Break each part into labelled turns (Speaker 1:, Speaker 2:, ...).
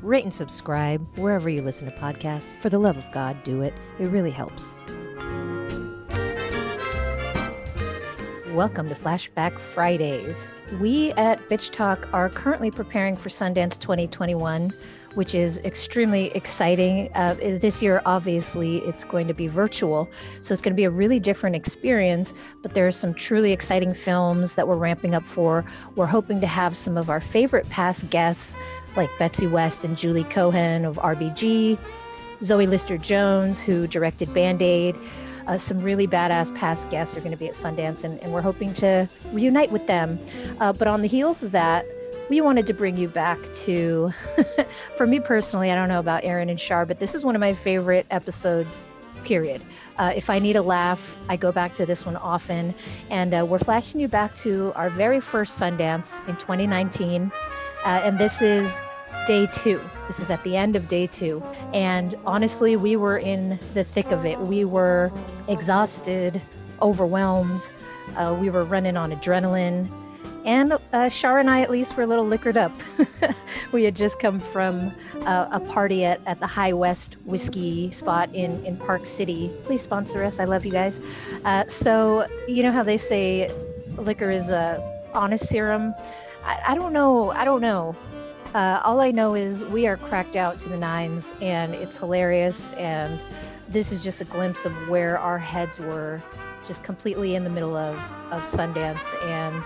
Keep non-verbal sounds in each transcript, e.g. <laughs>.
Speaker 1: rate and subscribe wherever you listen to podcasts. For the love of God, do it. It really helps. Welcome to Flashback Fridays. We at Bitch Talk are currently preparing for Sundance 2021, which is extremely exciting. Uh, this year, obviously, it's going to be virtual, so it's going to be a really different experience. But there are some truly exciting films that we're ramping up for. We're hoping to have some of our favorite past guests, like Betsy West and Julie Cohen of RBG, Zoe Lister Jones, who directed Band Aid. Uh, some really badass past guests are going to be at Sundance, and, and we're hoping to reunite with them. Uh, but on the heels of that, we wanted to bring you back to, <laughs> for me personally, I don't know about Aaron and Shar, but this is one of my favorite episodes, period. Uh, if I need a laugh, I go back to this one often. And uh, we're flashing you back to our very first Sundance in 2019. Uh, and this is day two. This is at the end of day two. And honestly, we were in the thick of it. We were exhausted, overwhelmed. Uh, we were running on adrenaline. And uh, Shar and I, at least, were a little liquored up. <laughs> we had just come from uh, a party at, at the High West whiskey spot in, in Park City. Please sponsor us. I love you guys. Uh, so, you know how they say liquor is a honest serum? I, I don't know. I don't know. Uh, all I know is we are cracked out to the nines, and it's hilarious. And this is just a glimpse of where our heads were, just completely in the middle of, of Sundance. And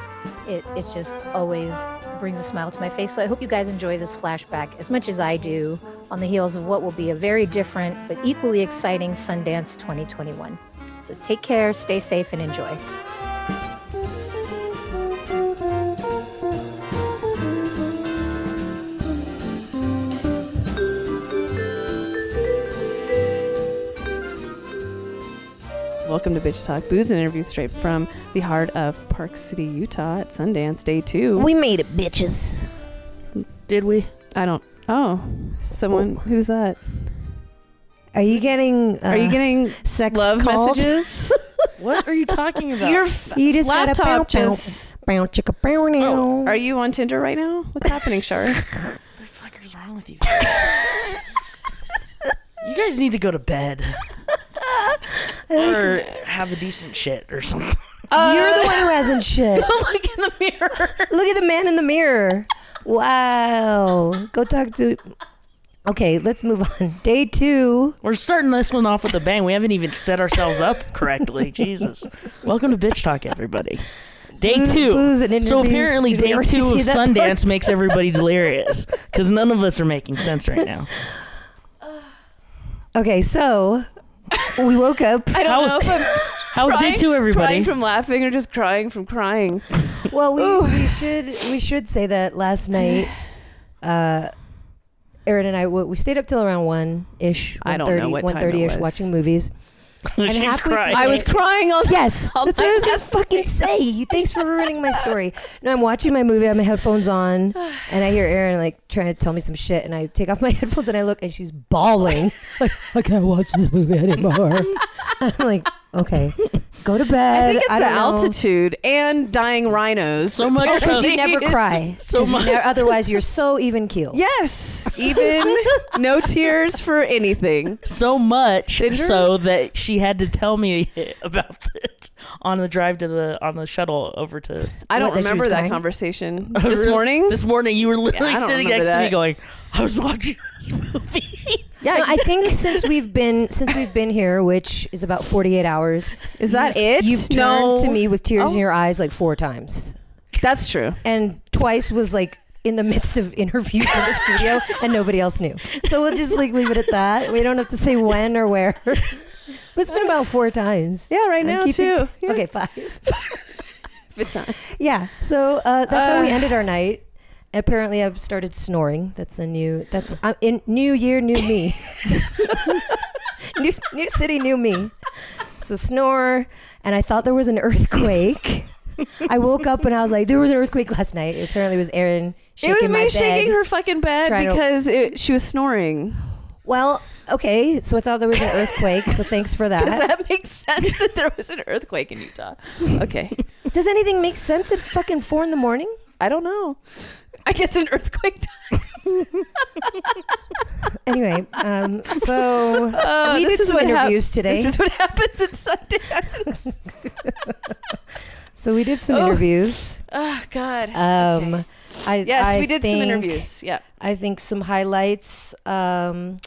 Speaker 1: it, it just always brings a smile to my face. So I hope you guys enjoy this flashback as much as I do on the heels of what will be a very different but equally exciting Sundance 2021. So take care, stay safe, and enjoy.
Speaker 2: Welcome to Bitch Talk Booze and Interviews straight from the heart of Park City, Utah at Sundance Day 2.
Speaker 3: We made it, bitches.
Speaker 2: Did we? I don't. Oh, someone. Who's that?
Speaker 3: Are you getting? Uh,
Speaker 2: Are you getting
Speaker 3: sex
Speaker 2: love
Speaker 3: called?
Speaker 2: <laughs> messages? what are
Speaker 4: <laughs>
Speaker 2: you talking about?
Speaker 3: Your f- you just got a
Speaker 2: laptop
Speaker 3: bow, bow,
Speaker 2: just.
Speaker 3: bow, chicka, bow,
Speaker 2: Oh,
Speaker 3: now.
Speaker 2: are you on Tinder right now? What's
Speaker 3: <laughs>
Speaker 2: happening, Shar?
Speaker 4: the fuck is wrong with you? you guys need to go to
Speaker 2: <laughs>
Speaker 4: bed. or have a decent shit or something.
Speaker 3: You're the one who hasn't <laughs> shit.
Speaker 2: Look in the mirror.
Speaker 3: Look at the man in the mirror. Wow. Go talk to. Okay, let's move on. Day two.
Speaker 4: We're starting this one off with a bang. We haven't even set ourselves up correctly.
Speaker 2: <laughs>
Speaker 4: Jesus. Welcome to Bitch Talk, everybody. Day
Speaker 3: Booze-
Speaker 4: two.
Speaker 3: booze and
Speaker 4: So
Speaker 3: interviews.
Speaker 4: apparently,
Speaker 3: Did we
Speaker 4: day
Speaker 3: already
Speaker 4: two of
Speaker 3: <laughs> see that part?
Speaker 4: Sundance makes everybody delirious because none of us are making sense right now.
Speaker 3: Okay, so we woke up.
Speaker 2: <laughs> <laughs> I don't
Speaker 4: How-
Speaker 2: know if I'm
Speaker 4: <laughs> How was day
Speaker 2: crying,
Speaker 4: two, everybody?
Speaker 2: crying from laughing or just crying from crying.
Speaker 3: <laughs> Well, we, we should we should say that <sighs> last night. Uh, Erin and I we we stayed up till around one ish.
Speaker 2: I don't know what time it
Speaker 3: ish
Speaker 2: was.
Speaker 3: watching movies.
Speaker 4: <laughs> She's
Speaker 3: halfway through-
Speaker 4: crying.
Speaker 2: I was crying
Speaker 3: <laughs>
Speaker 5: Oh,
Speaker 2: all
Speaker 3: Yes,
Speaker 2: all
Speaker 3: that's what I was gonna
Speaker 2: last night.
Speaker 3: fucking say. You thanks for ruining my story. No, I'm watching my movie. I have my headphones on, and I hear Erin like trying to tell me some shit. And I take off my <laughs> headphones and I look, and she's bawling. like I can't watch this movie anymore. I'm like, okay, go to bed.
Speaker 2: I think it's the
Speaker 3: don't know.
Speaker 2: altitude and dying rhinos.
Speaker 4: so much. so-
Speaker 3: Because you never cry.
Speaker 4: So
Speaker 3: 'Cause you
Speaker 4: much.
Speaker 3: never- otherwise, you're so even keel. <laughs>
Speaker 2: Yes, even no tears for anything.
Speaker 4: <laughs> so much
Speaker 2: Ginger?
Speaker 4: so that she had to tell me <laughs> about it on the drive to the on the shuttle over to
Speaker 2: I don't
Speaker 4: <laughs>
Speaker 3: What, that she was
Speaker 2: remember that
Speaker 3: crying?
Speaker 2: <laughs> conversation this morning.
Speaker 4: This morning you were literally
Speaker 2: I don't
Speaker 4: sitting
Speaker 2: remember
Speaker 4: next to
Speaker 2: that.
Speaker 4: me going, I was watching <laughs> this movie.
Speaker 2: yeah,
Speaker 3: No, I think since we've been since we've been here, which is about 48 hours,
Speaker 2: is that it?
Speaker 3: You've turned to me with tears
Speaker 2: Oh.
Speaker 3: in your eyes like four times,
Speaker 2: That's true.
Speaker 3: and twice was like in the midst of interviews in the studio, and nobody else knew. So we'll just like leave it at that. We don't have to say when or where. <laughs> but it's been about four times.
Speaker 2: Yeah, right
Speaker 3: I'm
Speaker 2: now
Speaker 3: keeping
Speaker 2: <laughs> too.
Speaker 3: t- okay, five.
Speaker 2: Good time.
Speaker 3: Yeah. So uh, that's how we
Speaker 2: Uh.
Speaker 3: ended our night. Apparently, I've uh, started snoring. That's a new. That's I'm in new year, new me. <laughs> new, new city, new me. So snore, and I thought there was an earthquake. I woke up and I was like, there was an earthquake last night. Apparently, it was Erin shaking
Speaker 2: it was me
Speaker 3: my bed.
Speaker 2: shaking her fucking bed
Speaker 3: Trying to-
Speaker 2: because it, she was snoring.
Speaker 3: Well, okay, so I thought there was an earthquake. So thanks for
Speaker 2: <laughs> Does
Speaker 3: that.
Speaker 2: that make sense that there was an earthquake in Utah? Okay.
Speaker 3: Does anything make sense at fucking four in the morning?
Speaker 2: I don't know. I guess an earthquake.
Speaker 3: Anyway, um, so
Speaker 2: Oh,
Speaker 3: we
Speaker 2: this
Speaker 3: did
Speaker 2: is
Speaker 3: some
Speaker 2: what hap-
Speaker 3: interviews today.
Speaker 2: This is what happens at Sundance.
Speaker 3: so we did some
Speaker 2: Oh.
Speaker 3: interviews.
Speaker 2: oh God.
Speaker 3: Um,
Speaker 2: <laughs> Okay.
Speaker 3: I
Speaker 2: Yes,
Speaker 3: I
Speaker 2: we did some
Speaker 3: think-
Speaker 2: interviews. Yeah.
Speaker 3: I think some highlights. Um,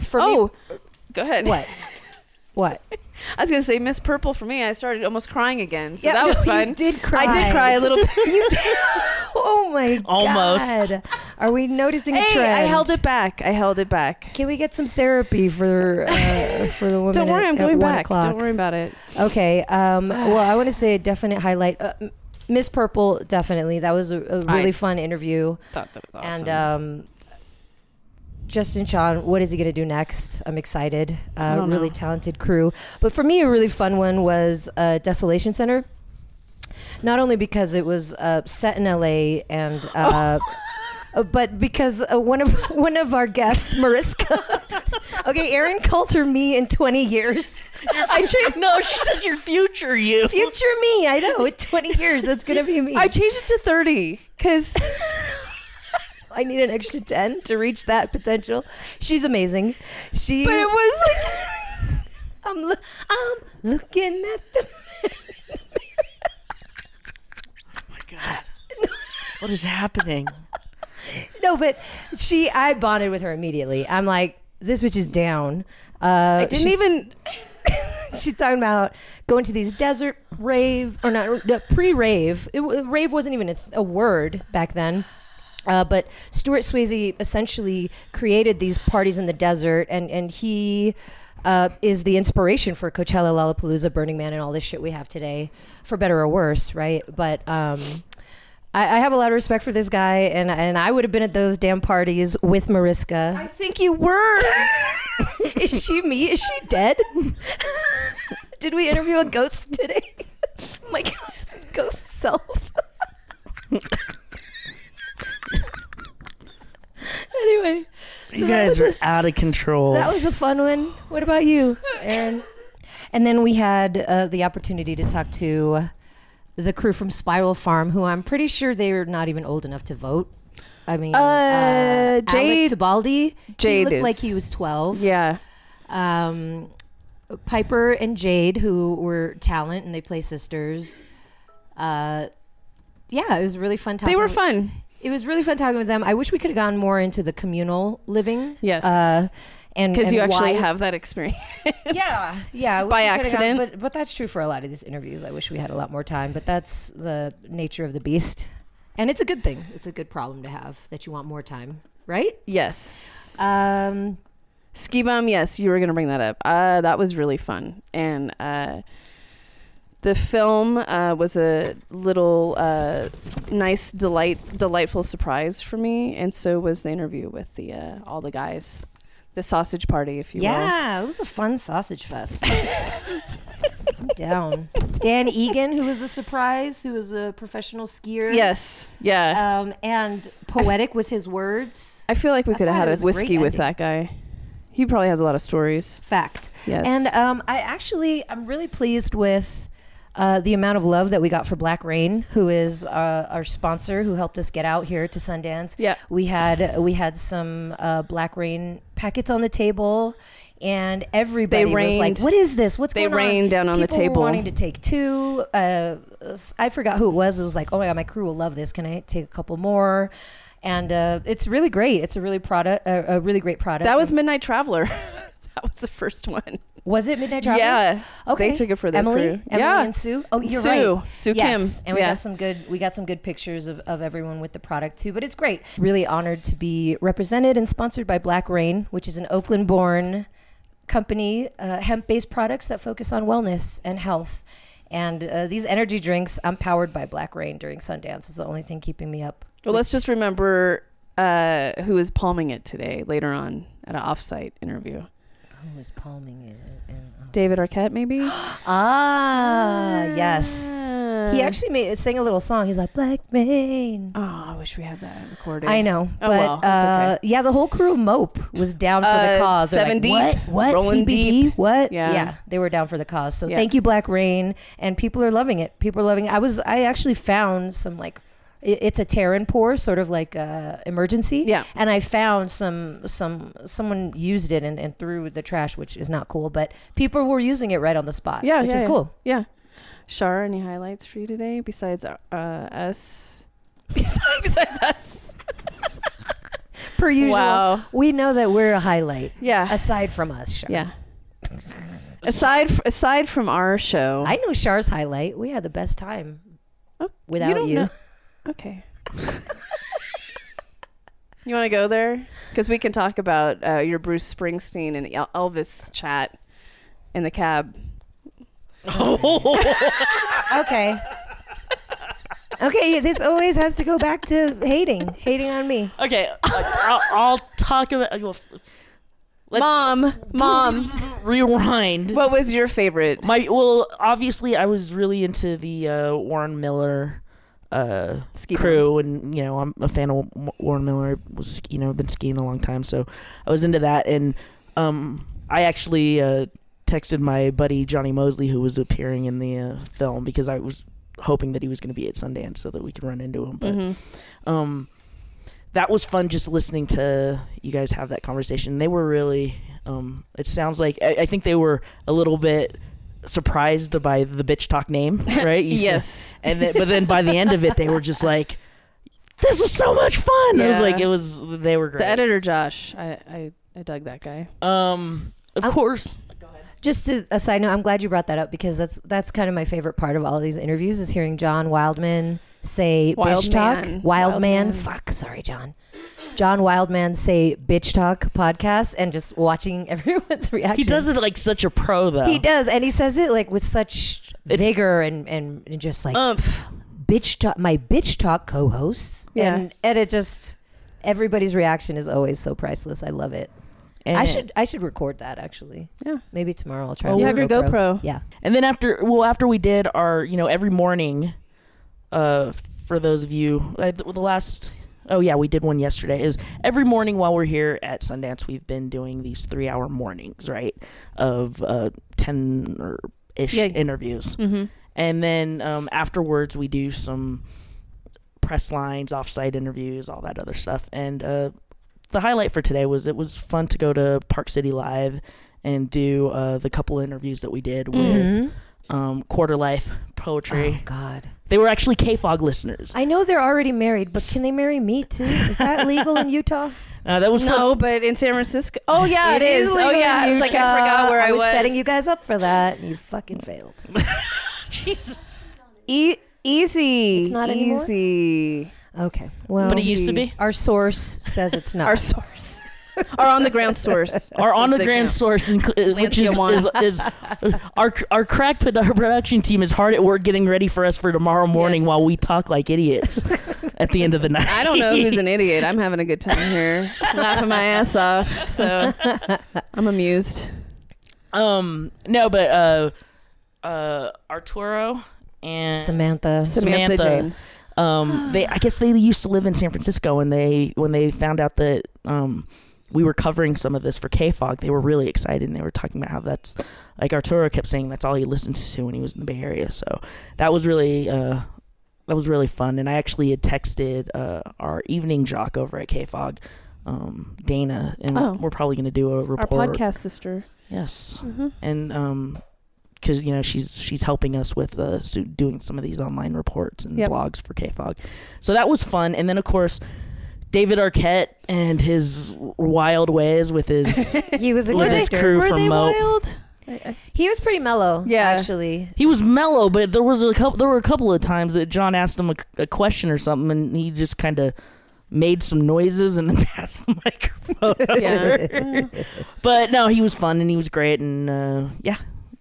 Speaker 3: for
Speaker 2: oh, go ahead.
Speaker 3: me, <laughs> what? What?
Speaker 2: I was gonna say Miss Purple for me. I started almost crying again, so
Speaker 3: Yeah,
Speaker 2: that
Speaker 3: no,
Speaker 2: was
Speaker 3: you
Speaker 2: fun.
Speaker 3: did cry.
Speaker 2: I did cry a little bit.
Speaker 3: <laughs> You did. Oh my
Speaker 4: Almost.
Speaker 3: God. Are we noticing a
Speaker 2: hey,
Speaker 3: trend?
Speaker 2: I held it back. I held it back.
Speaker 3: Can we get some therapy for uh, for the woman?
Speaker 2: Don't worry,
Speaker 3: at-
Speaker 2: I'm
Speaker 3: at
Speaker 2: going
Speaker 3: one
Speaker 2: back.
Speaker 3: o'clock?
Speaker 2: Don't worry about it.
Speaker 3: Okay.
Speaker 2: <sighs>
Speaker 3: Um, well, I want to say a definite highlight. Uh, M- Miss Purple, definitely. That was a, a really
Speaker 2: I-
Speaker 3: fun interview.
Speaker 2: Thought that was
Speaker 3: And um, Justin Chan, what is he going to do next? I'm excited.
Speaker 2: I
Speaker 3: Uh,
Speaker 2: don't
Speaker 3: really
Speaker 2: know.
Speaker 3: talented crew. But for me, a really fun one was uh, Desolation Center. Not only because it was uh, set in LA and. Uh, uh, But because uh, one of <laughs> one of our guests, Mariska, <laughs> okay, Erin calls her me in twenty years.
Speaker 4: I changed, no, she said your future
Speaker 2: <laughs>
Speaker 4: you. Oh
Speaker 3: Future me, I know. In twenty years, that's gonna be me.
Speaker 2: I changed it to thirty because
Speaker 3: <laughs> I need an extra 10 to reach that potential. She's amazing. She
Speaker 2: but it was like
Speaker 3: <laughs> I'm, loo- I'm looking at the
Speaker 2: <laughs>
Speaker 4: What is happening?
Speaker 3: No, but she I bonded with her immediately. I'm like this bitch is down. Uh,
Speaker 2: I didn't
Speaker 3: she's-
Speaker 2: even.
Speaker 3: She's talking about going to these desert rave or not no, pre-rave. It, wa- rave wasn't even a, th- a word back then. Uh, but Stuart Swayze essentially created these parties in the desert, and and he uh, is the inspiration for Coachella, Lollapalooza, Burning Man, and all this shit we have today, for better or worse, right? But um, I, I have a lot of respect for this guy, and and I would have been at those damn parties with Mariska.
Speaker 2: I think you were.
Speaker 3: <laughs> is she me? Is she dead? <laughs> Did we interview a ghost today? <laughs> My ghost, ghost self. anyway,
Speaker 4: <laughs> You guys are out of control.
Speaker 3: that was a fun one. What about you, Aaron? And then we had uh, the opportunity to talk to the crew from Spiral Farm, who I'm pretty sure they were not even old enough to vote. I mean, uh,
Speaker 2: Uh, Jade-
Speaker 3: Alec Tibaldi. he
Speaker 2: Jade
Speaker 3: looked
Speaker 2: is-
Speaker 3: like he was 12
Speaker 2: yeah.
Speaker 3: um, Piper and Jade, who were talent and they play sisters. Uh, yeah, it was really fun talking.
Speaker 2: They were
Speaker 3: with-
Speaker 2: fun.
Speaker 3: It was really fun talking with them. I wish we could have gone more into the communal living.
Speaker 2: Yes.
Speaker 3: uh, and
Speaker 2: Because
Speaker 3: and
Speaker 2: you actually
Speaker 3: why-
Speaker 2: have that experience.
Speaker 3: Yeah, <laughs> yeah. I wish
Speaker 2: By
Speaker 3: we could've gone-
Speaker 2: accident.
Speaker 3: but but that's true for a lot of these interviews. I wish we had a lot more time, but that's the nature of the beast, and it's a good thing. It's a good problem to have that you want more time, right?
Speaker 2: Yes.
Speaker 3: Um,
Speaker 2: Ski bum. Yes, you were gonna bring that up. Uh, that was really fun, and uh, the film uh, was a little uh, nice, delight, delightful surprise for me, and so was the interview with the uh, all the guys, the sausage party, if you will.
Speaker 3: Yeah, it was a fun sausage fest. <laughs> I'm down. Dan Egan, who was a surprise, who was a professional skier.
Speaker 2: Yes. Yeah.
Speaker 3: Um, and poetic with his words.
Speaker 2: I feel like we
Speaker 3: I
Speaker 2: could have
Speaker 3: thought it was a
Speaker 2: had a
Speaker 3: great
Speaker 2: whiskey with
Speaker 3: ending.
Speaker 2: that guy. He probably has a lot of stories.
Speaker 3: Fact.
Speaker 2: Yes.
Speaker 3: And um, I actually, I'm really pleased with uh, the amount of love that we got for Black Rain, who is uh, our sponsor, who helped us get out here to Sundance.
Speaker 2: Yeah.
Speaker 3: we had we had some uh, Black Rain packets on the table. And everybody was like,
Speaker 2: rained-
Speaker 3: "What is this? What's
Speaker 2: they
Speaker 3: going on?"
Speaker 2: rained down on the
Speaker 3: People were
Speaker 2: table.
Speaker 3: wanting to take two. Uh, s- I forgot who it was. It was like, "Oh my god, my crew will love this. Can I take a couple more?" And uh, it's really great. It's a really product, uh, a really great product.
Speaker 2: That was
Speaker 3: And-
Speaker 2: Midnight Traveler. <laughs> that was the first one.
Speaker 3: was it Midnight Travel?
Speaker 2: Yeah.
Speaker 3: Okay.
Speaker 2: They took it for their
Speaker 3: Emily,
Speaker 2: crew.
Speaker 3: Emily
Speaker 2: yeah.
Speaker 3: and Sue. Oh, you're
Speaker 2: Sue.
Speaker 3: right.
Speaker 2: Sue
Speaker 3: yes.
Speaker 2: Kim.
Speaker 3: And we
Speaker 2: Yeah.
Speaker 3: got some good we got some good pictures of, of everyone with the product too. But it's great. Really honored to be represented and sponsored by Black Rain, which is an Oakland born company, uh, hemp based products that focus on wellness and health. And uh, these energy drinks, I'm powered by Black Rain during Sundance. Is the only thing keeping me up.
Speaker 2: Well, let's just remember uh, who is palming it today later on at an offsite interview.
Speaker 3: Who was palming it? And, oh.
Speaker 2: David Arquette, maybe. <gasps>
Speaker 3: Ah, yes. He
Speaker 2: Ah.
Speaker 3: actually made sang a little song. He's like Black Rain.
Speaker 2: Oh, I wish we had that recorded.
Speaker 3: I know,
Speaker 2: Oh,
Speaker 3: but
Speaker 2: well, that's
Speaker 3: uh,
Speaker 2: okay.
Speaker 3: yeah, the whole crew of Mope was down for the
Speaker 2: Uh,
Speaker 3: cause. They're
Speaker 2: Seven
Speaker 3: like,
Speaker 2: Deep,
Speaker 3: what? What?
Speaker 2: Rolling
Speaker 3: CBD?
Speaker 2: Deep.
Speaker 3: What?
Speaker 2: Yeah.
Speaker 3: they were down for the cause. So
Speaker 2: Yeah.
Speaker 3: thank you, Black Rain, and people are loving it. People are loving. It. I was, I actually found some like, i- it's a tear and pour, sort of like uh, emergency.
Speaker 2: Yeah.
Speaker 3: and I found some, some, someone used it and, and threw the trash, which is not cool, but people were using it right on the spot.
Speaker 2: Yeah,
Speaker 3: which
Speaker 2: yeah,
Speaker 3: is
Speaker 2: yeah.
Speaker 3: cool.
Speaker 2: Yeah. Shara, any highlights for you today besides uh, uh, us? <laughs> Besides, us.
Speaker 3: <laughs> Per usual,
Speaker 2: Wow.
Speaker 3: we know that we're a highlight
Speaker 2: Yeah.
Speaker 3: aside from us. Shar.
Speaker 2: yeah. aside f- aside from our show,
Speaker 3: I know Shar's highlight. We had the best time
Speaker 2: Oh,
Speaker 3: without
Speaker 2: don't
Speaker 3: you.
Speaker 2: know- Okay. <laughs> you want to go there because we can talk about uh, your Bruce Springsteen and El- Elvis chat in the cab.
Speaker 3: Okay. Okay, this always has to go back to hating, hating on me.
Speaker 4: <laughs> Okay, I, will I'll talk about. Well, let's
Speaker 2: mom, mom,
Speaker 4: <laughs> rewind.
Speaker 2: what was your favorite?
Speaker 4: My well, obviously, I was really into the uh, Warren Miller uh,
Speaker 2: Ski
Speaker 4: crew, and you know, I'm a fan of Wa- Warren Miller. Was you know, been skiing a long time, so I was into that. And um, I actually uh, texted my buddy Johnny Mosley, who was appearing in the uh, film, because I was hoping that he was going to be at Sundance so that we could run into him. But
Speaker 2: Mhm.
Speaker 4: um, that was fun just listening to you guys have that conversation. They were really, um, it sounds like, I, I think they were a little bit surprised by the bitch talk name, right? You said-
Speaker 2: Yes.
Speaker 4: And then, but then by the end of it, they were just like, this was so much fun. It was
Speaker 2: Yeah.
Speaker 4: like, it was, they were great.
Speaker 2: The editor, Josh. I, I, I dug that guy.
Speaker 4: um, of
Speaker 3: I'm-
Speaker 4: course.
Speaker 3: Just to, a side note, I'm glad you brought that up because that's that's kind of my favorite part of all these interviews is hearing John Wildman say
Speaker 2: Wild
Speaker 3: bitch talk. Wildman,
Speaker 2: man. Wild man.
Speaker 3: fuck, sorry, John. John Wildman say bitch talk podcast and just watching <laughs> everyone's reaction.
Speaker 4: He does it like such a pro, though.
Speaker 3: He does, and he says it like with such
Speaker 4: It's-
Speaker 3: vigor and, and and just like
Speaker 2: Umph.
Speaker 3: bitch talk my bitch talk co-hosts
Speaker 2: Yeah.
Speaker 3: and and it just everybody's reaction is always so priceless i love it
Speaker 4: And-
Speaker 3: i should i should record that actually
Speaker 2: Yeah.
Speaker 3: maybe tomorrow i'll try
Speaker 4: Oh,
Speaker 3: my
Speaker 4: you
Speaker 2: have your GoPro.
Speaker 3: yeah
Speaker 4: And then after, well, after we did our, you know, every morning, uh, for those of you, uh, the the last, oh yeah, we did one yesterday. Is every morning while we're here at Sundance, we've been doing these three-hour mornings, right, of uh, ten or ish
Speaker 2: Yeah.
Speaker 4: interviews,
Speaker 2: Mm-hmm.
Speaker 4: and then um, afterwards we do some press lines, offsite interviews, all that other stuff. And uh, the highlight for today was it was fun to go to Park City Live and do uh, the couple interviews that we did with
Speaker 2: Mm-hmm.
Speaker 3: Mhm.
Speaker 4: um, quarter life
Speaker 3: oh
Speaker 4: poetry.
Speaker 2: Ah.
Speaker 3: god
Speaker 4: They were actually KFOG listeners.
Speaker 3: i know they're already married but can they marry me too is
Speaker 2: <laughs>
Speaker 3: that legal in utah
Speaker 4: Uh, that was fun.
Speaker 2: No, but in San Francisco. Oh yeah, it is.
Speaker 3: legal
Speaker 2: Oh
Speaker 3: in
Speaker 2: yeah, it's like I forgot
Speaker 3: Utah.
Speaker 2: where I was.
Speaker 3: setting you guys up for that and you fucking failed
Speaker 2: <laughs>
Speaker 4: Jesus.
Speaker 2: E- easy.
Speaker 3: It's not anymore?
Speaker 2: easy.
Speaker 3: okay well
Speaker 4: But it used to be.
Speaker 3: our source says it's not
Speaker 2: Our source. <laughs> our on the ground source.
Speaker 4: Our
Speaker 2: This is
Speaker 4: on the
Speaker 2: the
Speaker 4: grand
Speaker 2: count. <laughs>
Speaker 4: source, inc- uh, which
Speaker 2: Lancia
Speaker 4: is,
Speaker 2: won.
Speaker 4: is,
Speaker 2: <laughs>
Speaker 4: is our our crack produ- production team is hard at work getting ready for us for tomorrow morning
Speaker 2: Yes.
Speaker 4: while we talk like
Speaker 2: <laughs>
Speaker 4: idiots at the end of the night.
Speaker 2: I don't know who's an idiot. I'm having a good time <laughs> here, laughing my ass off. So I'm amused.
Speaker 4: <laughs> Um, no, but uh, uh, Arturo and
Speaker 2: <laughs>
Speaker 3: samantha
Speaker 4: Samantha.
Speaker 2: Jane.
Speaker 4: um, they I guess they used to live in San Francisco, and they when they found out that um, we were covering some of this for KFOG, they were really excited, and they were talking about how that's like Arturo kept saying that's all he listens to when he was in the Bay Area. So that was really uh, that was really fun, and I actually had texted uh, our evening jock over at KFOG. Um, Dana and
Speaker 2: Oh.
Speaker 4: we're probably going to do a
Speaker 2: Our
Speaker 4: report.
Speaker 2: podcast sister.
Speaker 4: yes,
Speaker 2: Mm-hmm.
Speaker 4: and um, because you know she's she's helping us with uh su- doing some of these online reports and
Speaker 2: Yep.
Speaker 4: blogs for KFOG, so that was fun. And then of course, David Arquette and his wild ways with
Speaker 2: <laughs>
Speaker 4: his
Speaker 3: he was a
Speaker 4: with his
Speaker 3: character
Speaker 4: crew from Mope.
Speaker 2: wild?
Speaker 3: He was pretty mellow,
Speaker 2: Yeah.
Speaker 3: actually.
Speaker 4: He was mellow, but there was a couple. There were a couple of times that John asked him a, a question or something, and he just kind of made some noises and <laughs> then passed the microphone.
Speaker 1: <laughs>
Speaker 2: Yeah.
Speaker 4: but no, he was fun and he was great, and uh, yeah,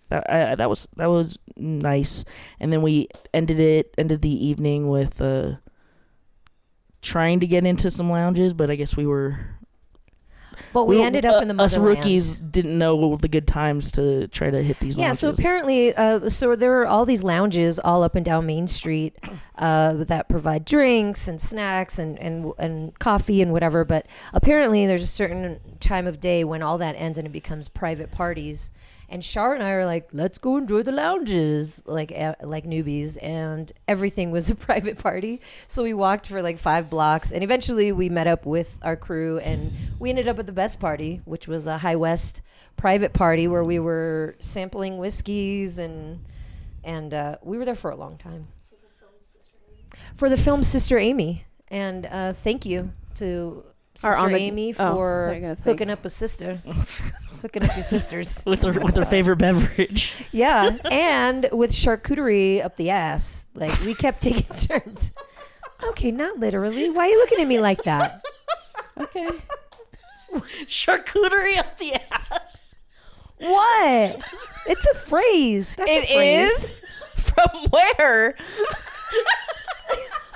Speaker 4: that, I, that was that was nice. And then we ended it ended the evening with uh, trying to get into some lounges, but I guess we were
Speaker 1: But we ended up in the
Speaker 4: uh, us
Speaker 1: motherland.
Speaker 4: rookies didn't know the good times to try to hit these.
Speaker 3: Yeah, so
Speaker 4: launches.
Speaker 3: apparently, uh, so there are all these lounges all up and down Main Street uh, that provide drinks and snacks and, and and coffee and whatever. But apparently, there's a certain time of day when all that ends and it becomes private parties. And Shar and I are like, let's go enjoy the lounges, like uh, like newbies, and everything was <laughs> a private party. So we walked for like five blocks, and eventually we met up with our crew, and we ended up at the best party, which was a High West private party where we were sampling whiskeys and and uh, we were there for a long time. For the film Sister Amy, and uh, thank you to
Speaker 2: Our
Speaker 3: Sister
Speaker 2: on the-
Speaker 3: Amy
Speaker 2: oh,
Speaker 3: for
Speaker 2: they're gonna think.
Speaker 3: hooking up a
Speaker 2: <laughs>
Speaker 3: sister, hooking up your sisters.
Speaker 4: with their with their favorite beverage.
Speaker 3: Yeah, and with charcuterie up the ass, like we kept taking <laughs> turns. Okay, not literally. Why are you looking at me like
Speaker 2: <laughs>
Speaker 3: that?
Speaker 2: Okay.
Speaker 4: Charcuterie up the ass.
Speaker 3: What? It's a phrase. That's a
Speaker 2: It
Speaker 3: phrase.
Speaker 2: is from where?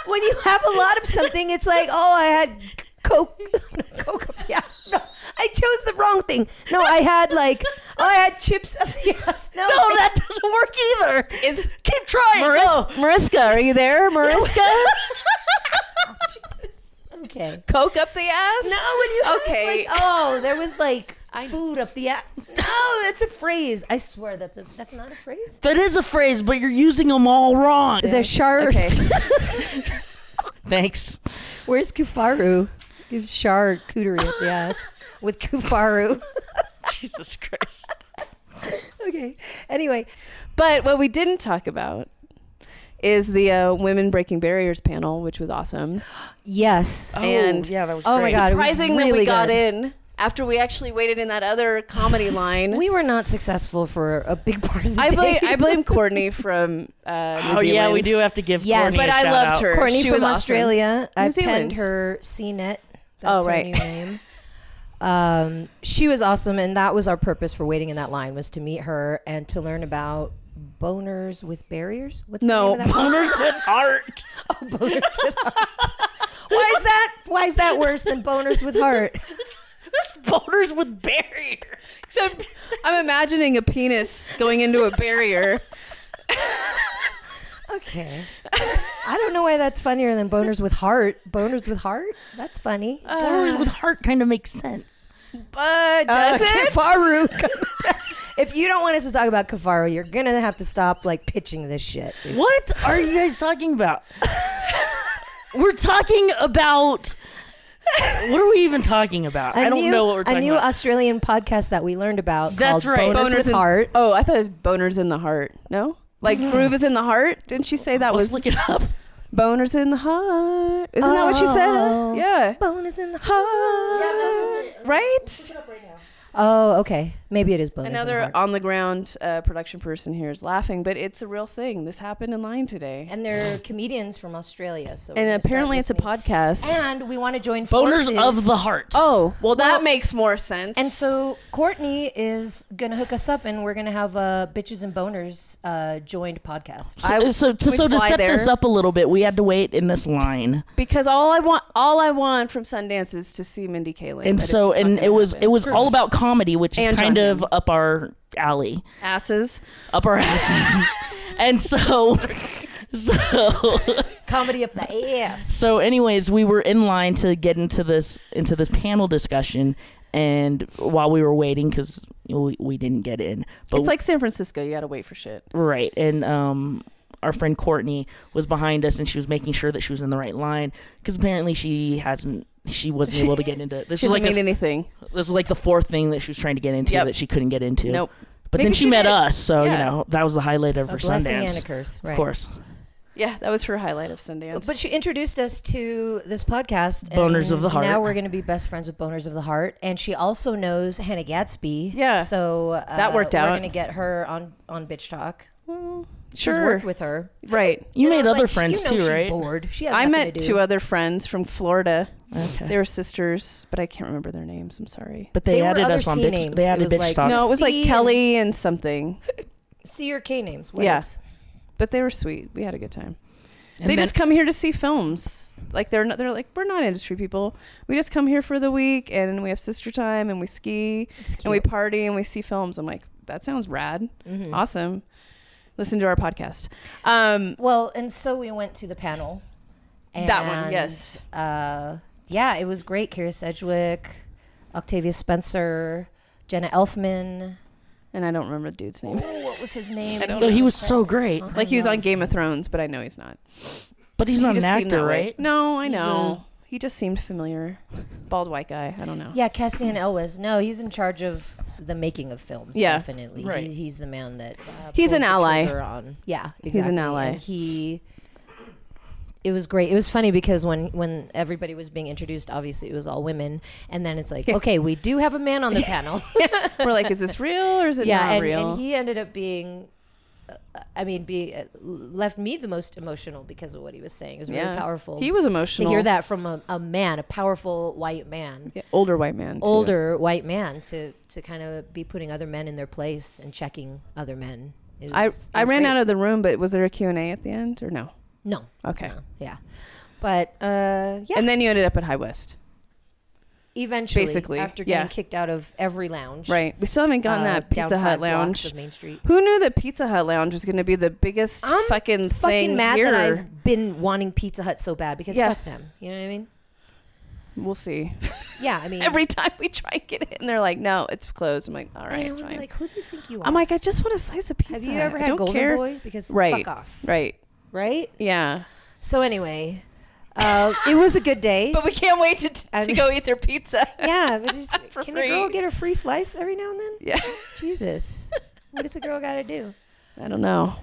Speaker 3: When you have a lot of something, it's like, oh, I had coke, <laughs> coke up the ass. No, I chose the wrong thing. No, I had like, oh, I had chips <laughs> up the ass. No, I-
Speaker 2: doesn't work either. Oh. Is
Speaker 3: keep trying.
Speaker 2: Maris- Mariska? Are you there, <laughs> Mariska? Oh,
Speaker 3: Okay.
Speaker 2: Coke up the ass?
Speaker 3: No, when you have,
Speaker 2: Okay.
Speaker 3: like, oh, there was like food up the ass. No, that's a phrase. I swear that's a that's not a phrase.
Speaker 4: That is a phrase, but you're using them all wrong. <laughs>
Speaker 3: The sharks.
Speaker 4: Thanks.
Speaker 3: <laughs> Where's Kufaru? Give Shar cootery up the ass with <laughs> Kufaru.
Speaker 4: Jesus Christ.
Speaker 3: okay. Anyway,
Speaker 2: But what we didn't talk about is the uh, women breaking barriers panel, which was awesome.
Speaker 3: yes.
Speaker 2: and
Speaker 4: yeah, that was.
Speaker 3: Oh my
Speaker 4: great.
Speaker 3: God, it was
Speaker 2: surprising that we
Speaker 3: really
Speaker 2: got
Speaker 3: good.
Speaker 2: in after we actually waited in that
Speaker 3: <laughs>
Speaker 2: other comedy line.
Speaker 3: We were not successful for a big <laughs> part of the
Speaker 2: Oh, I
Speaker 3: day.
Speaker 2: blame I blame Courtney from uh, New
Speaker 4: Oh yeah, we
Speaker 2: Zealand.
Speaker 4: do have to give.
Speaker 3: Yes.
Speaker 4: Yes,
Speaker 2: But I loved
Speaker 3: <laughs>
Speaker 2: her.
Speaker 3: Courtney
Speaker 2: She
Speaker 3: from
Speaker 2: was awesome.
Speaker 3: Australia. I
Speaker 2: Zealand.
Speaker 3: penned her CNET. That's
Speaker 2: Oh, right.
Speaker 3: her new name. Um, she was awesome, and that was our purpose for waiting in that line was to meet her and to learn about boners with barriers. What's
Speaker 2: No.
Speaker 3: the name of that?
Speaker 2: <laughs>
Speaker 3: one?
Speaker 4: Boners with <laughs> art.
Speaker 3: boners with heart. Why is that? Why is that worse than boners with heart?
Speaker 4: Boners with barrier.
Speaker 2: Except I'm imagining a penis going into a barrier.
Speaker 3: Okay. I don't know why that's funnier than boners with heart. Boners with heart? That's funny.
Speaker 4: Boners with heart kind of makes sense.
Speaker 2: But does
Speaker 3: Uh, <laughs>
Speaker 2: it?
Speaker 3: Kafaru.
Speaker 4: <laughs>
Speaker 3: if you don't want us to talk about Kafaru, you're gonna have to stop like pitching this shit.
Speaker 4: What are you guys talking about? We're talking about. What are we even talking about? I I don't
Speaker 3: new,
Speaker 4: know what we're
Speaker 3: A
Speaker 4: talking
Speaker 3: new
Speaker 4: about.
Speaker 3: Australian podcast that we learned about.
Speaker 4: That's
Speaker 3: called
Speaker 4: right.
Speaker 3: Boners, with
Speaker 2: in,
Speaker 3: heart.
Speaker 2: Oh, I thought it was boners in the heart. No, like groove is in the heart. Didn't she say that
Speaker 4: Let's look
Speaker 2: was
Speaker 4: it up.
Speaker 2: boners in the heart? Isn't that what she
Speaker 3: Oh.
Speaker 2: said? Yeah,
Speaker 3: Boners in the heart.
Speaker 2: right.
Speaker 3: Oh, okay. Maybe it is boners. in the
Speaker 2: Another
Speaker 3: heart.
Speaker 2: on the ground uh, production person here is laughing, but it's a real thing. This happened in line today,
Speaker 3: and they're comedians from Australia. So we're
Speaker 2: and,
Speaker 3: gonna start
Speaker 2: apparently it's a
Speaker 3: listening.
Speaker 2: podcast.
Speaker 3: And we want to join
Speaker 4: Boners
Speaker 3: forces.
Speaker 4: of the heart.
Speaker 2: oh, well, that makes more sense.
Speaker 3: And so Courtney is gonna hook us up, and we're gonna have a bitches and boners uh, joined podcast.
Speaker 4: So,
Speaker 2: I-
Speaker 4: so to,
Speaker 2: we
Speaker 4: so to
Speaker 2: fly
Speaker 4: set
Speaker 2: there.
Speaker 4: this up a little bit, we had to wait in this line,
Speaker 2: because all I want, all I want from Sundance is to see Mindy Kaling.
Speaker 4: and
Speaker 2: but it's
Speaker 4: so
Speaker 2: just not
Speaker 4: and
Speaker 2: gonna
Speaker 4: it was
Speaker 2: happen.
Speaker 4: it was all about comedy, which is
Speaker 2: And
Speaker 4: kind
Speaker 2: John
Speaker 4: of up our alley,
Speaker 2: asses.
Speaker 4: up our asses. <laughs> and so, so
Speaker 3: Comedy up the ass.
Speaker 4: so anyways we were in line to get into this into this panel discussion and while we were waiting because we, we didn't get in but
Speaker 2: It's like San Francisco. You got to wait for shit.
Speaker 4: right and um our friend courtney was behind us and she was making sure that she was in the right line because apparently she hasn't she wasn't able to get into this
Speaker 2: She
Speaker 4: was
Speaker 2: doesn't
Speaker 4: like
Speaker 2: mean
Speaker 4: the,
Speaker 2: anything.
Speaker 4: this was like the fourth thing that she was trying to get into
Speaker 2: Yep.
Speaker 4: that she couldn't get into
Speaker 2: Nope.
Speaker 4: but
Speaker 2: Maybe
Speaker 4: then she,
Speaker 2: she
Speaker 4: met
Speaker 2: did.
Speaker 4: us so you
Speaker 2: Yeah.
Speaker 4: know that was the highlight of
Speaker 3: A
Speaker 4: her
Speaker 3: blessing
Speaker 4: sundance
Speaker 3: and a curse, right?
Speaker 4: of course
Speaker 2: Yeah, that was her highlight of Sundance.
Speaker 3: But she introduced us to this podcast, and
Speaker 4: Boners of the Heart.
Speaker 3: Now we're going to be best friends with Boners of the Heart, and she also knows Hannah Gadsby.
Speaker 2: Yeah.
Speaker 3: so uh,
Speaker 2: That worked out.
Speaker 3: We're going to get her on on Bitch Talk. She's
Speaker 2: sure,
Speaker 3: worked with her.
Speaker 2: right.
Speaker 4: you
Speaker 3: And I
Speaker 4: made
Speaker 3: was
Speaker 4: other
Speaker 3: like, she-
Speaker 4: friends
Speaker 3: you know
Speaker 4: too
Speaker 3: she's
Speaker 4: right
Speaker 3: Bored. She has
Speaker 2: I
Speaker 3: nothing
Speaker 2: met
Speaker 3: to do.
Speaker 2: two other friends from Florida.
Speaker 4: okay
Speaker 2: They were sisters, but I can't remember their names. I'm sorry.
Speaker 4: But they,
Speaker 3: They were
Speaker 4: added
Speaker 3: other
Speaker 4: us on
Speaker 3: C
Speaker 4: bitch.
Speaker 3: names.
Speaker 4: They
Speaker 3: It
Speaker 4: added
Speaker 3: was
Speaker 4: bitch
Speaker 3: like-
Speaker 4: talks.
Speaker 2: No, it was like
Speaker 3: Steve.
Speaker 2: Kelly and something.
Speaker 3: C or K names.
Speaker 2: Yeah.
Speaker 3: Yes.
Speaker 2: But they were sweet. We had a good time. they just come here to see films. Like they're not, they're like we're not industry people. We just come here for the week and we have sister time and we ski and we party and we see films. I'm like that sounds rad,
Speaker 4: Mm-hmm.
Speaker 3: Mm. Mm-hmm.
Speaker 2: awesome. Listen to our podcast. Um,
Speaker 3: Well, and so we went to the panel. And,
Speaker 2: That one, yes.
Speaker 3: Uh, yeah, it was great. Kira Sedgwick, Octavia Spencer, Jenna Elfman.
Speaker 2: and I don't remember the dude's name.
Speaker 3: Oh, what was his <laughs> name? Oh,
Speaker 2: I don't
Speaker 4: No, he was so great,
Speaker 2: Like he was on Game of Thrones, but I know he's not.
Speaker 4: but he's
Speaker 2: He
Speaker 4: not an
Speaker 2: just seemed
Speaker 4: actor,
Speaker 2: that way.
Speaker 4: right?
Speaker 2: No, I know. He just seemed familiar. Bald white guy. I don't know.
Speaker 3: <laughs> Yeah, Cassian Elwes. No, he's in charge of the making of films.
Speaker 2: Yeah,
Speaker 3: definitely.
Speaker 4: right.
Speaker 3: He, he's the man that uh,
Speaker 2: He's
Speaker 3: pulls
Speaker 2: an
Speaker 3: the
Speaker 2: ally.
Speaker 3: trigger On. Yeah, exactly.
Speaker 2: an ally.
Speaker 3: And he. It was great. It was funny because when when everybody was being introduced, obviously it was all women, and then it's like, okay, we do have a man <laughs> on the panel.
Speaker 2: We're like, is this real or is it
Speaker 3: yeah,
Speaker 2: not
Speaker 3: and,
Speaker 2: real?
Speaker 3: and he ended up being. uh, I mean, be uh, left me the most emotional because of what he was saying. It was really powerful.
Speaker 2: He was
Speaker 3: to
Speaker 2: emotional.
Speaker 3: hear that from a, a man, a powerful white man
Speaker 2: Yeah, older white man. too.
Speaker 3: older white man to to kind of be putting other men in their place and checking other men. It
Speaker 2: I
Speaker 3: was- it
Speaker 2: I
Speaker 3: was
Speaker 2: ran
Speaker 3: great.
Speaker 2: out of the room, but was there a Q and A at the end or no?
Speaker 3: no,
Speaker 2: Okay.
Speaker 3: no, yeah, but
Speaker 2: Uh, yeah. And then you ended up at High West,
Speaker 3: eventually,
Speaker 2: basically,
Speaker 3: after getting
Speaker 2: yeah.
Speaker 3: kicked out of every lounge,
Speaker 2: right? We still haven't gotten
Speaker 3: uh,
Speaker 2: that
Speaker 3: down
Speaker 2: Pizza
Speaker 3: five
Speaker 2: Hut
Speaker 3: blocks
Speaker 2: lounge.
Speaker 3: of Main Street.
Speaker 2: Who knew that Pizza Hut lounge was going to be the biggest
Speaker 3: I'm
Speaker 2: fucking thing
Speaker 3: Fucking mad
Speaker 2: here?
Speaker 3: that I've been wanting Pizza Hut so bad because
Speaker 2: Yeah.
Speaker 3: fuck them. You know what I mean?
Speaker 2: We'll see.
Speaker 3: Yeah, I mean
Speaker 2: <laughs> Every time we try and get it, and they're like, "No, it's closed." I'm like, "All
Speaker 3: I
Speaker 2: right,
Speaker 3: would be
Speaker 2: fine."
Speaker 3: like, who do you think you are?
Speaker 2: I'm like, "I just want a slice of pizza."
Speaker 3: have you ever
Speaker 2: I
Speaker 3: had
Speaker 2: don't
Speaker 3: Golden
Speaker 2: care.
Speaker 3: Boy? Because
Speaker 2: Right.
Speaker 3: fuck off,
Speaker 2: Right.
Speaker 3: right?
Speaker 2: Yeah.
Speaker 3: So anyway, uh, it was a good day.
Speaker 2: <laughs> But we can't wait to, to
Speaker 3: I mean-
Speaker 2: go eat their pizza.
Speaker 3: yeah, but just,
Speaker 2: <laughs> For
Speaker 3: can a girl
Speaker 2: free.
Speaker 3: get a free slice every now and then?
Speaker 2: Yeah.
Speaker 3: <laughs> Jesus. what does a girl got to do?
Speaker 2: <laughs> I don't know.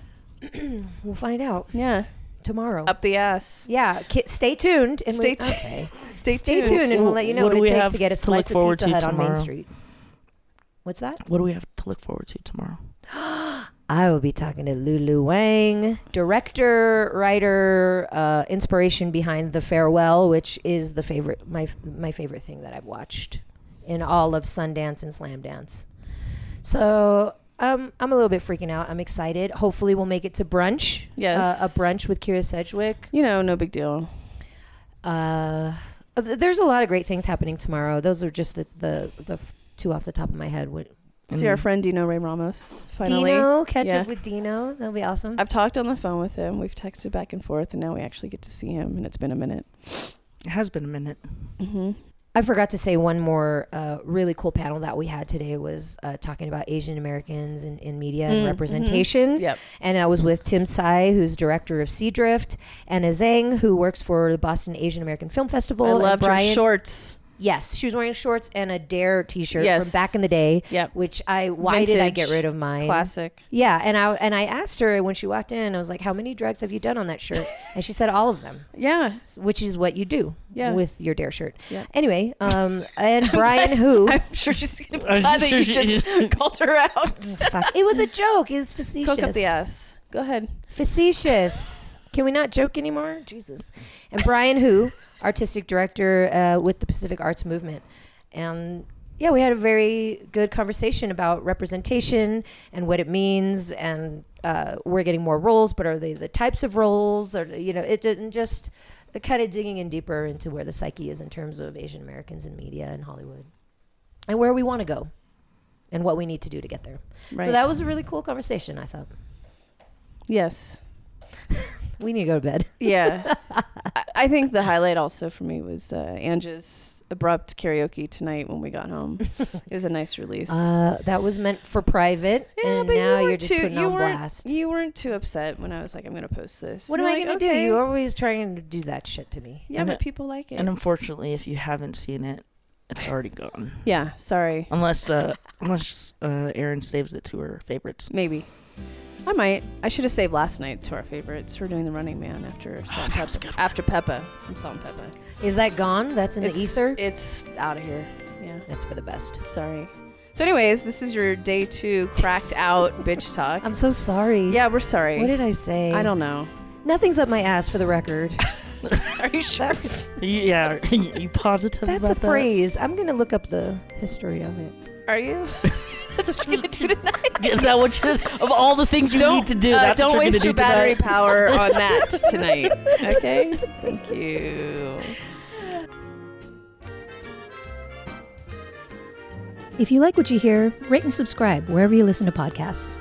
Speaker 3: We'll find out
Speaker 2: Yeah.
Speaker 3: tomorrow.
Speaker 2: Up the ass.
Speaker 3: yeah, ki- stay tuned and
Speaker 2: Stay
Speaker 3: we,
Speaker 2: tuned.
Speaker 3: okay.
Speaker 2: Stay,
Speaker 3: Stay
Speaker 2: tuned.
Speaker 3: tuned and we'll let you know
Speaker 4: What
Speaker 3: what,
Speaker 4: do we
Speaker 3: it takes
Speaker 4: have
Speaker 3: to get a
Speaker 4: to look
Speaker 3: slice of
Speaker 4: forward
Speaker 3: Pizza
Speaker 4: to
Speaker 3: Hut on Main
Speaker 4: tomorrow?
Speaker 3: Street. What's that?
Speaker 4: What do we have to look forward to tomorrow?
Speaker 3: I will be talking to Lulu Wang, director, writer, uh, inspiration behind The Farewell, which is the favorite my my favorite thing that I've watched in all of Sundance and Slam Dance. So um, I'm a little bit freaking out. I'm excited. Hopefully, we'll make it to brunch.
Speaker 2: Yes.
Speaker 3: uh, a brunch with Kira Sedgwick.
Speaker 2: You know, no big deal.
Speaker 3: Uh, th- there's a lot of great things happening tomorrow. Those are just the the, the f- two off the top of my head. What,
Speaker 2: See our friend Dino Ray Ramos finally.
Speaker 3: Dino, catch
Speaker 2: Yeah.
Speaker 3: up with Dino. That'll be awesome.
Speaker 2: I've talked on the phone with him. We've texted back and forth, and now we actually get to see him, and it's been a minute.
Speaker 4: It has been a <laughs> minute.
Speaker 2: hmm
Speaker 3: I forgot to say one more uh, really cool panel that we had today was uh, talking about Asian Americans in, in media
Speaker 2: Mm,
Speaker 3: and
Speaker 2: mhm.
Speaker 3: representation.
Speaker 2: Yep.
Speaker 3: And I was with Tim Tsai, who's director of Sea Drift, Anna Zhang, who works for the Boston Asian American Film Festival.
Speaker 2: I
Speaker 3: and
Speaker 2: loved her
Speaker 3: Brian-
Speaker 2: shorts.
Speaker 3: Yes, she was wearing shorts and a Dare T-shirt
Speaker 2: Yes.
Speaker 3: from back in the day.
Speaker 2: Yep.
Speaker 3: Which I why did I get
Speaker 2: Vintage.
Speaker 3: rid of mine?
Speaker 2: Classic.
Speaker 3: Yeah, and I and I asked her when she walked in, I was like, "How many drugs have you done on that
Speaker 2: <laughs>
Speaker 3: shirt?" And she said, "All of them."
Speaker 2: Yeah.
Speaker 3: which is what you do
Speaker 2: Yeah.
Speaker 3: with your dare shirt.
Speaker 2: Yeah.
Speaker 3: Anyway, um,
Speaker 2: <laughs>
Speaker 3: and Brian who
Speaker 2: <laughs> I'm sure she's going to be
Speaker 4: I'm
Speaker 2: glad that
Speaker 4: sure
Speaker 2: you
Speaker 4: she-
Speaker 2: just called her out.
Speaker 3: <laughs> fuck, it was a joke. It was facetious.
Speaker 2: Coke up the ass. Go ahead.
Speaker 3: Facetious. Can we not joke anymore? Jesus. And Brian who <laughs> artistic director uh, with the Pacific Arts Movement, and yeah, we had a very good conversation about representation and what it means, and uh, we're getting more roles, but are they the types of roles, or you know, it didn't just kind of digging in deeper into where the psyche is in terms of Asian Americans in media and Hollywood, and where we want to go, and what we need to do to get there.
Speaker 2: Right.
Speaker 3: So that was a really cool conversation. I thought
Speaker 2: yes.
Speaker 3: we need to go to bed.
Speaker 2: <laughs> Yeah. I- I think the highlight also for me was uh, Angie's abrupt karaoke tonight when we got <laughs> home. it was a nice release.
Speaker 3: Uh, that was meant for private, and now you are
Speaker 2: weren't
Speaker 3: just putting
Speaker 2: you
Speaker 3: on
Speaker 2: weren't-
Speaker 3: blast.
Speaker 2: You weren't too upset when I was like, I'm going to post this.
Speaker 3: What am
Speaker 2: You're
Speaker 3: I
Speaker 2: like,
Speaker 3: gonna do?
Speaker 2: "Okay."
Speaker 3: You're always trying to do that shit to me.
Speaker 2: yeah,
Speaker 4: And
Speaker 2: but
Speaker 4: it-
Speaker 2: people like it.
Speaker 4: And unfortunately, if you haven't seen it, it's already gone.
Speaker 2: yeah, sorry.
Speaker 4: Unless uh, unless uh, Aaron saves it to her favorites.
Speaker 2: Maybe. I might. I should have saved last night to our favorites. We're doing the Running Man after
Speaker 4: Oh,
Speaker 2: Salt and Pepper. After Peppa. I'm Salt and Peppa.
Speaker 3: Is that gone? That's in
Speaker 2: it's,
Speaker 3: the ether.
Speaker 2: It's out of here. Yeah,
Speaker 3: That's for the best.
Speaker 2: sorry. So, anyways, this is your day two cracked out bitch talk.
Speaker 3: I'm so sorry.
Speaker 2: yeah, we're sorry.
Speaker 3: What did I say?
Speaker 2: I don't know.
Speaker 3: Nothing's up my ass for the record.
Speaker 2: <laughs> Are you sure?
Speaker 3: That was-
Speaker 4: yeah, <laughs> are you positive
Speaker 3: that's
Speaker 4: about
Speaker 3: a
Speaker 4: that?
Speaker 3: phrase. I'm gonna look up the history of it.
Speaker 2: Are you? That's what you're gonna do tonight.
Speaker 4: Is that what you, of all the things you
Speaker 2: Don't
Speaker 4: need to do?
Speaker 2: uh,
Speaker 4: that's what
Speaker 2: don't
Speaker 4: you're
Speaker 2: waste
Speaker 4: gonna
Speaker 2: your
Speaker 4: do tonight?
Speaker 2: battery power on that tonight. Okay. Thank you.
Speaker 1: If you like what you hear, rate and subscribe wherever you listen to podcasts.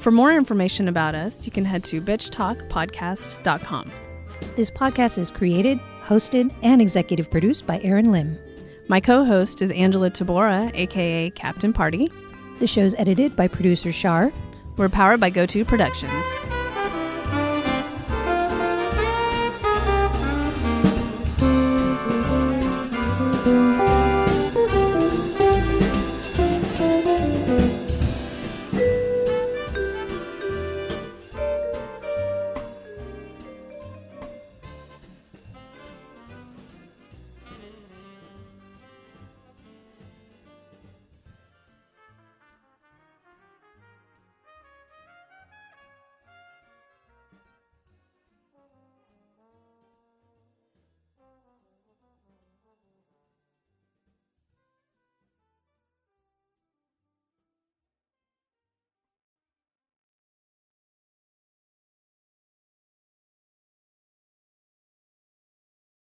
Speaker 5: For more information about us, you can head to bitchtalkpodcast.com.
Speaker 1: This podcast is created, hosted, and executive produced by Aaron Lim.
Speaker 5: My co host is Angela Tabora, aka Captain Party.
Speaker 1: The show's edited by producer Shar.
Speaker 5: We're powered by GoTo Productions.